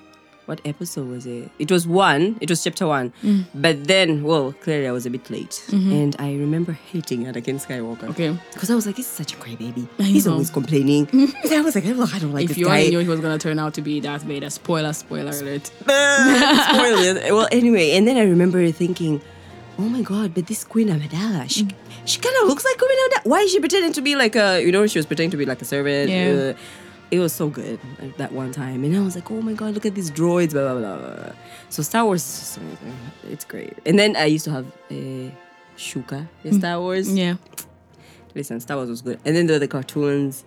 what episode was it? It was one. It was chapter one.
Mm.
But then, well, clearly I was a bit late, and I remember hating Anakin Skywalker.
Mm-hmm. Okay.
because I was like, he's such a crybaby.
I
He's
know.
always
(laughs)
complaining. And I was like, "Look, I don't like
If
this
you
guy.
only knew he was gonna turn out to be Darth Vader, spoiler, spoiler alert.
(laughs) Spoiler. well, anyway, and then I remember thinking, oh my god, but this Queen Amidala, she she kind of looks like Queen Amidala. Why is she pretending to be like a, you know, she was pretending to be like a servant.
Yeah.
uh, it was so good at that one time, and I was like, oh my god, look at these droids, blah blah blah. blah, blah. So Star Wars, is just amazing. it's great. And then I used to have a Shuka in Star Wars.
Yeah.
Listen, Star Wars was good. And then there were the cartoons.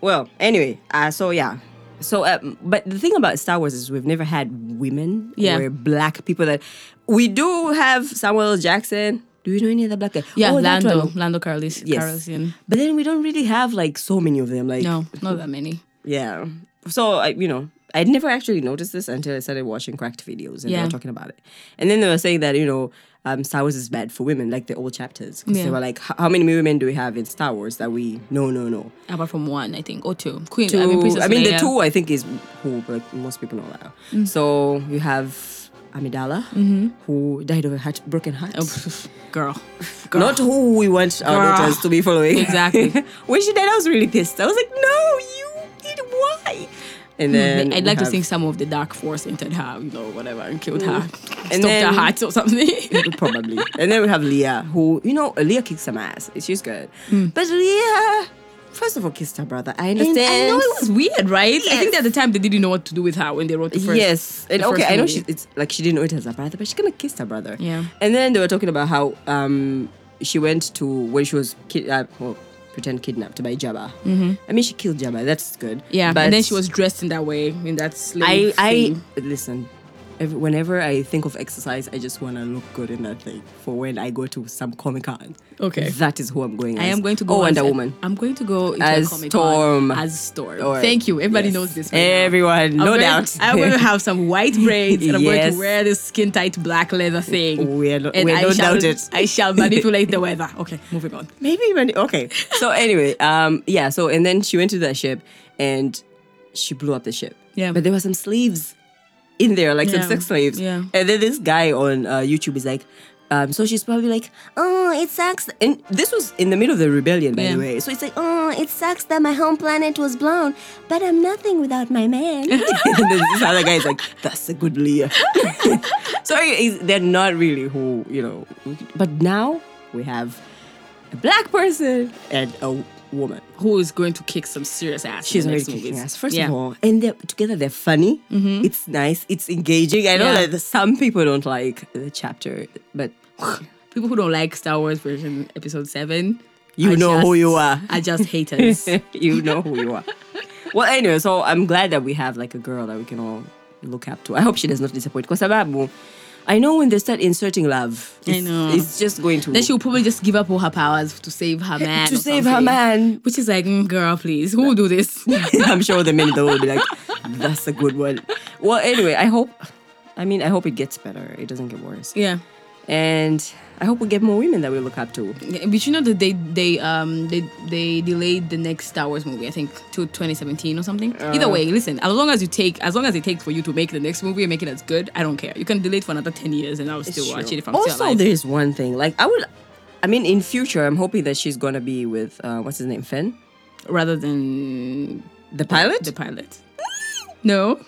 Well, anyway, uh, so yeah. So, um, but the thing about Star Wars is we've never had women
Yeah.
or black people that we do have Samuel L. Jackson. Do you know any other black guy?
Yeah,
Oh, that
Lando.
one.
Lando Carlis-
Yes.
Carlisian.
But then we don't really have like so many of them. Like,
No, not that many.
yeah. So I, you know, I'd never actually noticed this until I started watching cracked videos and they
Yeah.
were talking about it. And then they were saying that you know, um, Star Wars is bad for women, like the old chapters. 'Cause
Yeah.
They were like, "H- how many women do we have in Star Wars that we? No, no, no.
Apart from one, I think, or two. Queen.
Two.
I mean, Princess
the
Leia. (laughs) Mm.
two I think is who like most people know that. So you have Amidala,
Mm-hmm.
who died of a heart broken heart.
Girl.
Not who we want our
Oh, Girl.
daughters to be following.
Exactly.
(laughs) when she died, I was really pissed. I was like, no, you did why? And then
Hmm, I'd
we
like to
have-
think some of the dark force entered her, you know, whatever, and killed her, stopped her
then-
heart or something.
(laughs) (laughs) probably. And then we have Leah, who you know, Leah kicks some ass. She's good, but Leah, first of all, kissed her brother. I
Hmm. And
understand.
I know it was weird, right? I think
Yes.
at the time they didn't know what to do with her when they wrote the first.
yes, and
the
okay,
first
I know
movie.
she. It's like she didn't know it was her brother, but she kind of kissed her brother.
Yeah.
And then they were talking about how um she went to when she was kid, uh, well, pretend kidnapped by Jabba. Mm-hmm. I mean, she killed Jabba. That's good.
Yeah,
but
and then she was dressed in that way in that
I
slave.
I
thing.
listen. Every, whenever I think of exercise, I just want to look good in that thing for when I go to some Comic Con.
Okay.
that is who I'm going.
I
as.
am going to go.
Oh,
as
Wonder
a-
Woman.
I'm going to go into
As
a comic
Storm.
As Storm.
Or-
Thank you. Everybody
yes.
knows this. right now.
Everyone,
I'm
no
going-
doubt.
(laughs) I'm going to have some white braids and I'm going
Yes.
to wear this skin tight black leather thing.
We are not-
and
we
I
don't
shall,
doubt it.
I shall manipulate
(laughs)
the weather. Okay, moving on.
Maybe even okay. So anyway, um, yeah. So and then she went to that ship, and she blew up the ship.
Yeah.
But there were some slaves in there like
Yeah.
some sex slaves.
Yeah.
And then this guy on uh, YouTube is like, um, so she's probably like, oh, it sucks. And this was in the middle of the rebellion, by
Yeah.
the way. So it's like, oh, it sucks that my home planet was blown, but I'm nothing without my man. (laughs) and then this other guy is like, that's a good Leah. (laughs) so it- they're not really who, you know. But now we have a black person and a woman.
Who is going to kick some serious ass? in
She's
the
already
next
kicking
movies.
ass. First
Yeah. Mm-hmm.
of all, and they're together. They're funny. It's nice. It's engaging. I know
Yeah.
that some people don't like the chapter,
(sighs)
but
people who don't like Star Wars version episode seven,
You
are
know who
just-
you
(laughs)
are.
Are just haters.
(laughs) you know who you are. Well, anyway, so I'm glad that we have like a girl that we can all look up to. I hope she does not disappoint. Kwa sababu, I know when they start inserting love,
I
it's,
know.
it's just going to
then she'll probably just give up all her powers to save her man.
to
or
save her
something.
man.
Which is like, mm, girl, please, who will do this? (laughs)
(laughs) I'm sure the minute they will be like, "That's a good one." Well, anyway, I hope. I mean, I hope it gets better. It doesn't get worse.
yeah.
and I hope we get more women that we look up to.
Yeah, But you know that they they um they they delayed the next Star Wars movie I think to 2017 or something.
Uh.
Either way, listen. As long as you take as long as it takes for you to make the next movie and make it as good, I don't care. You can delay it for another 10 years and I'll still watch it if I'm still
also,
alive.
there's one thing. Like I would, I mean, in future, I'm hoping that she's gonna be with uh, what's his name, Finn,
Rather than
the pilot.
the pilot. No,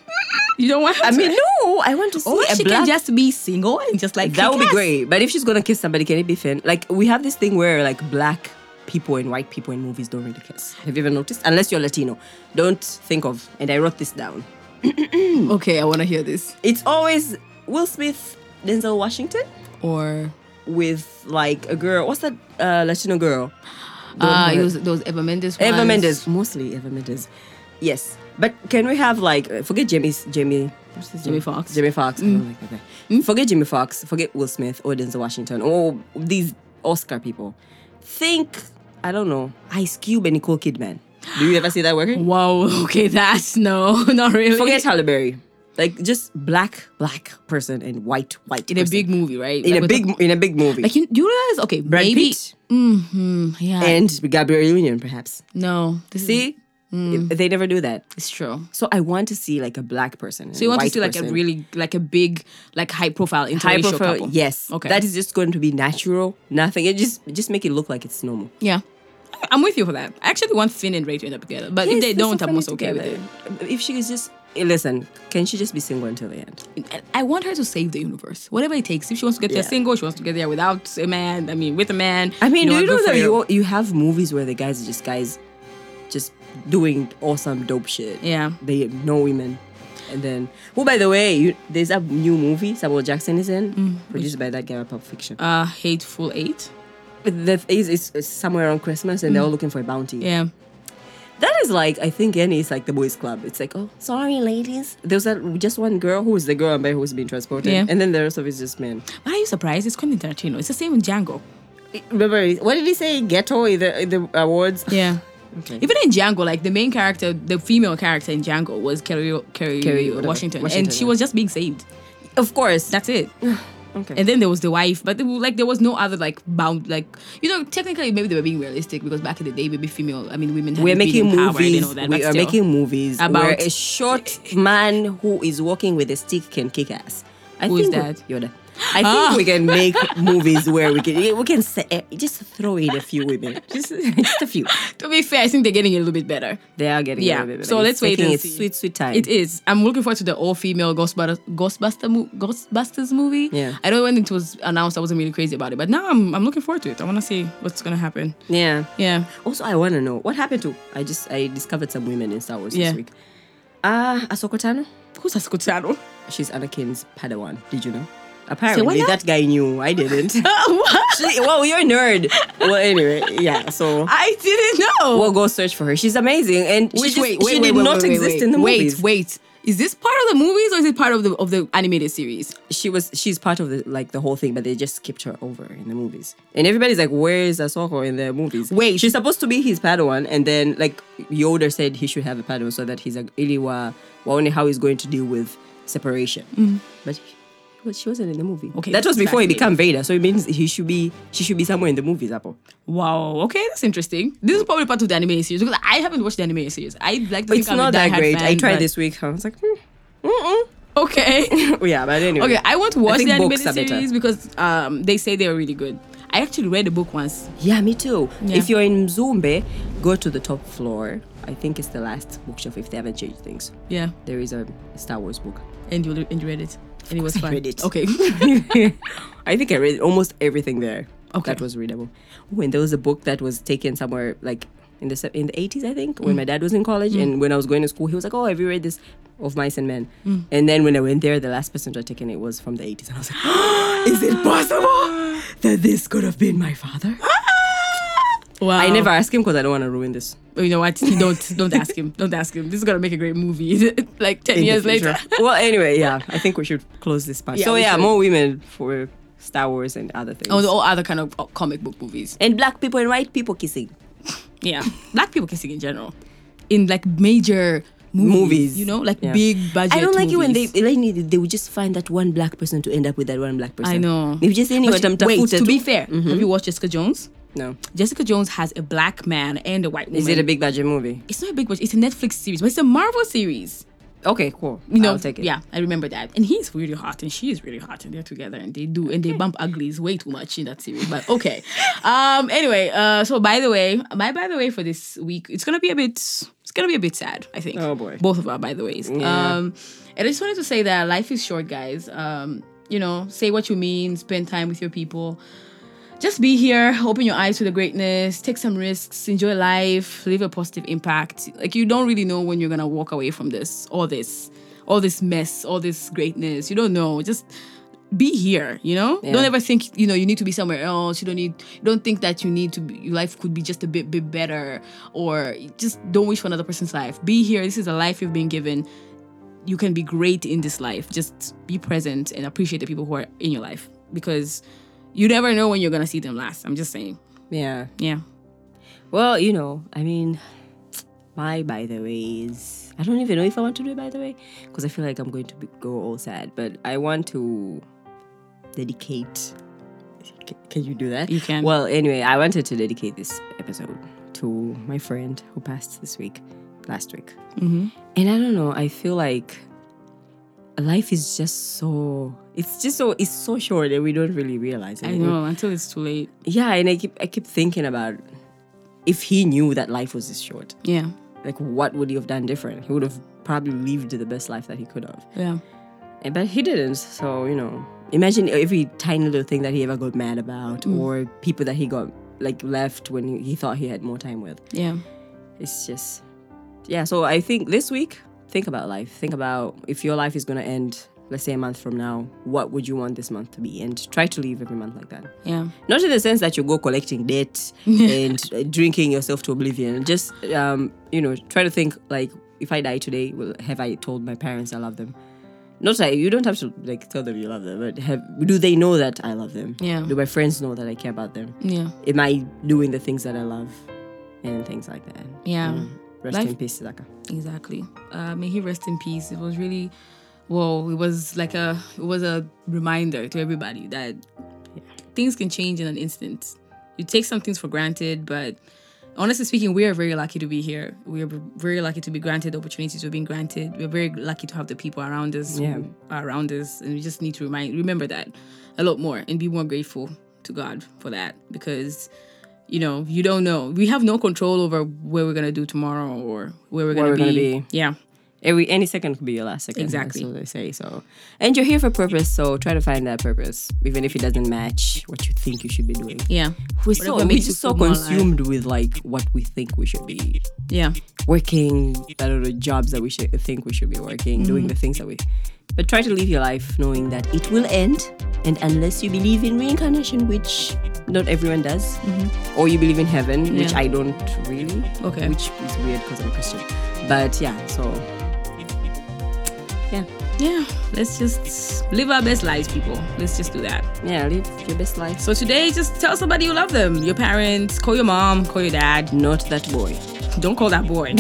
you don't want. Her
I
to-
mean, no, I want to see
or
Oh, a
she
black.
can just be single and just like
that would be
kick ass.
great. But if she's gonna kiss somebody, can it be Finn? Like we have this thing where like black people and white people in movies don't really kiss. Have you ever noticed? Unless you're Latino, don't think of. And I wrote this down.
Okay, I want to hear this.
It's always Will Smith, Denzel Washington.
Or
with like a girl. What's that uh, Latino girl?
uh,
Don't-
it was those Eva Mendes.
Eva
ones.
Mendes, mostly Eva Mendes. Yes, but can we have like uh, forget Jamie's Jamie? What's his
Jamie
name?
Foxx.
Jamie Fox.
Mm.
Oh, Mm. Forget Jamie Fox. Forget Will Smith or Denzel Washington or these Oscar people. Think I don't know Ice Cube and Nicole Kidman. Do you ever see that
(gasps)
working?
Wow. (laughs) Okay, that's no, (laughs) not really.
Forget Halle Berry. Like just black black person and white white
in a
person.
big movie, right?
in
Like
a
we're
big in a big movie.
Like you, do you realize? Okay,
Brad
maybe.
Pitt
Mm-hmm, yeah.
and Gabrielle Union perhaps.
no, this is-
See,
Mm.
they never do that.
it's true.
So I want to see like a black person.
So you want to see like a really like a big like high profile
high
interracial
profile?
couple?
Yes.
Okay.
Okay. That is just going to be natural. Nothing. It just just make it look like it's normal.
Yeah. I- I'm with you for that. I actually want Finn and Ray to end up together, but if
Yes,
they
they're so
don't, I'm
funny
also okay with it.
together. If she is just eh, listen, can she just be single until the end?
I- I want her to save the universe, whatever it takes. If she wants to get there
Yeah.
single, she wants to get there without a man. I mean, with a man.
I mean, do you
good
know
for
that
you.
you you have movies where the guys are just guys, just doing awesome dope shit.
Yeah.
They have no women. And then, who by the way, you, there's a new movie Samuel Jackson is in, produced by that guy, Pulp Fiction.
Uh, hateful eight.
the th- is it's it's somewhere around Christmas and they're all looking for a bounty.
Yeah.
That is like I think any is like the boys' club. It's like oh sorry ladies. There's that just one girl who is the girl by who's being transported,
Yeah.
and then the rest of it's just men.
But are you surprised? It's Quentin Tarantino. It's the same with
(laughs)
Django.
Remember what did he say? Ghetto in the, in the awards.
Yeah.
Okay.
Even in Django, like the main character, the female character in Django was Kerry, Kerry,
Kerry,
Washington,
whatever.
and
Washington,
she
yeah.
was just being saved.
Of course.
That's it.
okay.
And then there was the wife, but there, were- like there was no other like bound like you know technically maybe they were being realistic because back in the day maybe female I mean women had
we're
been
making
in power and
movies.
all that.
we
but
are
still.
making movies about
About-
a short man who is walking with a stick can kick ass. I
Who is
think we-
that?
Yoda. I
Ah.
think we can make
(laughs)
movies where we can we can se- eh, just throw in a few women, just, just a few.
To be fair, I think they're getting a little bit better.
They are getting
Yeah.
a little bit
So
better.
let's wait
taking
and
its
see.
sweet sweet time.
It is. I'm looking forward to the all female Ghostbusters Ghostbuster mo- Ghostbusters movie.
Yeah.
I know when it was announced, I wasn't really crazy about it, but now I'm I'm looking forward to it. I want to see what's gonna happen.
Yeah.
Yeah.
Also, I want to know what happened to. I just I discovered some women in Star Wars
Yeah.
this week. Ah, uh, Ahsoka Tano.
Who's Asuka Tano? (laughs)
She's Anakin's Padawan. Did you know?
what
Apparently,
now?
that guy knew. I
(laughs)
didn't.
Uh, What?
She- well, you're a nerd. Well, anyway, yeah. So
I didn't know.
we'll go search for her. She's amazing, and she,
Which
just,
wait, wait,
she
wait,
did
wait,
not
wait,
exist
wait,
in the
wait,
movies.
Wait, is this part of the movies or is it part of the of the animated series?
She was. She's part of the like the whole thing, but they just skipped her over in the movies. And everybody's like, "Where is Ahsoka in the movies?"
Wait.
she's supposed to be his Padawan, and then like Yoda said, he should have a Padawan so that he's a Iliwa. Well, only how he's going to deal with separation. But. he- well, she wasn't in the movie.
Mm. Okay,
that was before he became
fascinating.
Vader, so it means he should be. She should be somewhere in the movies, Apple.
Wow. Okay, that's interesting. This is probably part of the animated series because I haven't watched the animated series. I like. To
It's
think I'm a
not that
diehard
great. I
fan,
tried
but-
this week. I was like, hmm, mm-mm. (laughs)
okay.
yeah, but anyway.
Okay, I want to watch
think
the
books
animated
are better.
series because um, they say they're really good. I actually read the book once.
Yeah, me too.
Yeah.
If you're in Mzumbe, go to the top floor. I think it's the last bookshelf if they haven't changed things.
Yeah,
There is a Star Wars book.
and you and you read it, and it was
I
fun.
read it.
Okay.
(laughs)
(laughs)
I think I read almost everything there.
Okay.
That was readable. When there was a book that was taken somewhere like in the se- in the eighties, I think,
Mm.
when my dad was in college and when I was going to school, he was like, "Oh, have you read this of Mice and Men?"
Mm.
And then when I went there, the last person to have taken it was from the eighties, and I was like, (gasps) "Is
(gasps)
it possible that this could have been my father?"
wow.
I never asked him because I don't want to ruin this.
You know what? (laughs) Don't don't ask him. Don't ask him. This is gonna make a great movie. (laughs) like ten
in the
years later.
future.
(laughs)
well, anyway, yeah, I think we should close this part.
Yeah,
so
we
yeah,
should.
more women for Star Wars and other things.
Oh, the all other kind of uh, comic book movies.
and black people and white people kissing.
Yeah, black people can sing in general, in like major movies.
Movies,
you know, like
yeah.
big budget.
I don't like it when they
movies.
like, they would just find that one black person to end up with that one black person.
I know.
If just anyone
But wait, to be fair,
Mm-hmm.
have you watched Jessica Jones?
no.
Jessica Jones has a black man and a white woman.
Is it a big budget movie?
It's not a big budget. It's a Netflix series, but it's a Marvel series.
Okay, cool.
You know,
I'll take it.
yeah, I remember that. And he's really hot, and she is really hot, and they're together, and they do, and they bump uglies way too much in that series. But okay. (laughs) um. Anyway, uh. So by the way, my by the way for this week, it's gonna be a bit, it's gonna be a bit sad. I think.
Oh, boy.
Both of our by the ways. Um. And I just wanted to say that life is short, guys. Um. You know, say what you mean. Spend time with your people. Just be here. Open your eyes to the greatness. Take some risks. Enjoy life. Leave a positive impact. Like you don't really know when you're gonna walk away from this, all this, all this mess, all this greatness. You don't know. Just be here. You know. Don't ever think you know you need to be somewhere else. You don't need. Don't think that you need to. Be, your life could be just a bit bit better, or just don't wish for another person's life. Be here. This is a life you've been given. You can be great in this life. Just be present and appreciate the people who are in your life because you never know when you're gonna see them last. I'm just saying.
Yeah.
Yeah.
Well, you know, I mean, my by the way is I don't even know if I want to do it by the way because I feel like I'm going to be, go all sad, but I want to dedicate. Can, can you do that?
You can.
Well, anyway, I wanted to dedicate this episode to my friend who passed this week, last week,
Mm-hmm.
and I don't know. I feel like life is just so. It's just so. It's so short, and we don't really realize it.
I know until it's too late.
Yeah, and I keep I keep thinking about if he knew that life was this short,
Yeah.
like what would he have done different? He would have probably lived the best life that he could have.
Yeah.
And- But he didn't. So, you know, imagine every tiny little thing that he ever got mad about or people that he got like left when he- he thought he had more time with.
Yeah.
It's just Yeah, so I think this week think about life. Think about if your life is going to end let's say a month from now, what would you want this month to be? And try to live every month like that.
Yeah.
Not in the sense that you go collecting
(laughs)
debt and uh, drinking yourself to oblivion. Just, um, you know, try to think like, if I die today, well, have I told my parents I love them? Not that you don't have to like tell them you love them, but have do they know that I love them?
Yeah.
Do my friends know that I care about them?
Yeah.
Am I doing the things that I love, and things like that?
Yeah.
Rest
Life-
in peace, Zaka.
Exactly. Uh, may he rest in peace. It was really, whoa. It was like a, it was a reminder to everybody that things can change in an instant. You take some things for granted, but honestly speaking, we are very lucky to be here. We are very lucky to be granted the opportunities we've been granted. We're very lucky to have the people around us
Yeah.
who are around us, and we just need to remind remember that a lot more and be more grateful to God for that because. You know, you don't know. We have no control over where we're gonna do tomorrow or where we're gonna,
we're
be.
gonna be.
Yeah,
Every any second could be your last second.
Exactly.
That's what they say. So, and you're here for purpose. So try to find that purpose, even if it doesn't match what you think you should be doing.
yeah,
we're so
Whatever
we're
makes you
just so
feel more alive.
consumed with like what we think we should be
yeah,
working, I don't know, jobs that we should think we should be working,
Mm-hmm.
doing the things that we. But try to live your life knowing that it will end, and unless you believe in reincarnation, which not everyone does, or you believe in heaven, which
Mm-hmm. Yeah.
I don't really,
Okay.
which is weird because I'm a Christian. But yeah, so yeah,
yeah. Let's just live our best lives, people. Let's just do that.
yeah, live your best life.
So today, just tell somebody you love them. Your parents, call your mom, call your dad.
Not that boy. (laughs)
Don't call that boy.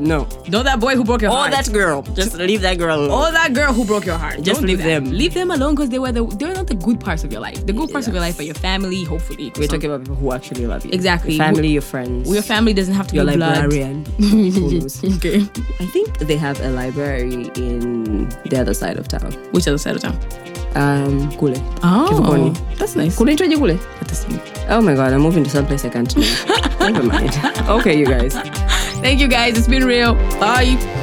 No.
Not that boy who broke your
Or
heart.
that girl. Just leave that girl alone.
Or that girl who broke your heart.
Just
Don't do
leave
that.
them.
Leave them alone because they were the they were not the good parts of your life. The good parts of your life are your family, hopefully.
We're talking about people who actually love you.
Exactly.
Your family, your friends.
your family doesn't have to
your
be
librarian. Who knows?
blood. (laughs) Okay.
I think they have a library in the other side of town.
Which other side of town?
Um, Kule.
Oh,
Kivukoni.
that's nice.
Kule, Nitaje Kule.
At the same.
Oh my god, I'm moving to someplace I
(laughs)
can't name. Never mind. Okay, you guys.
Thank you guys. It's been real. Bye.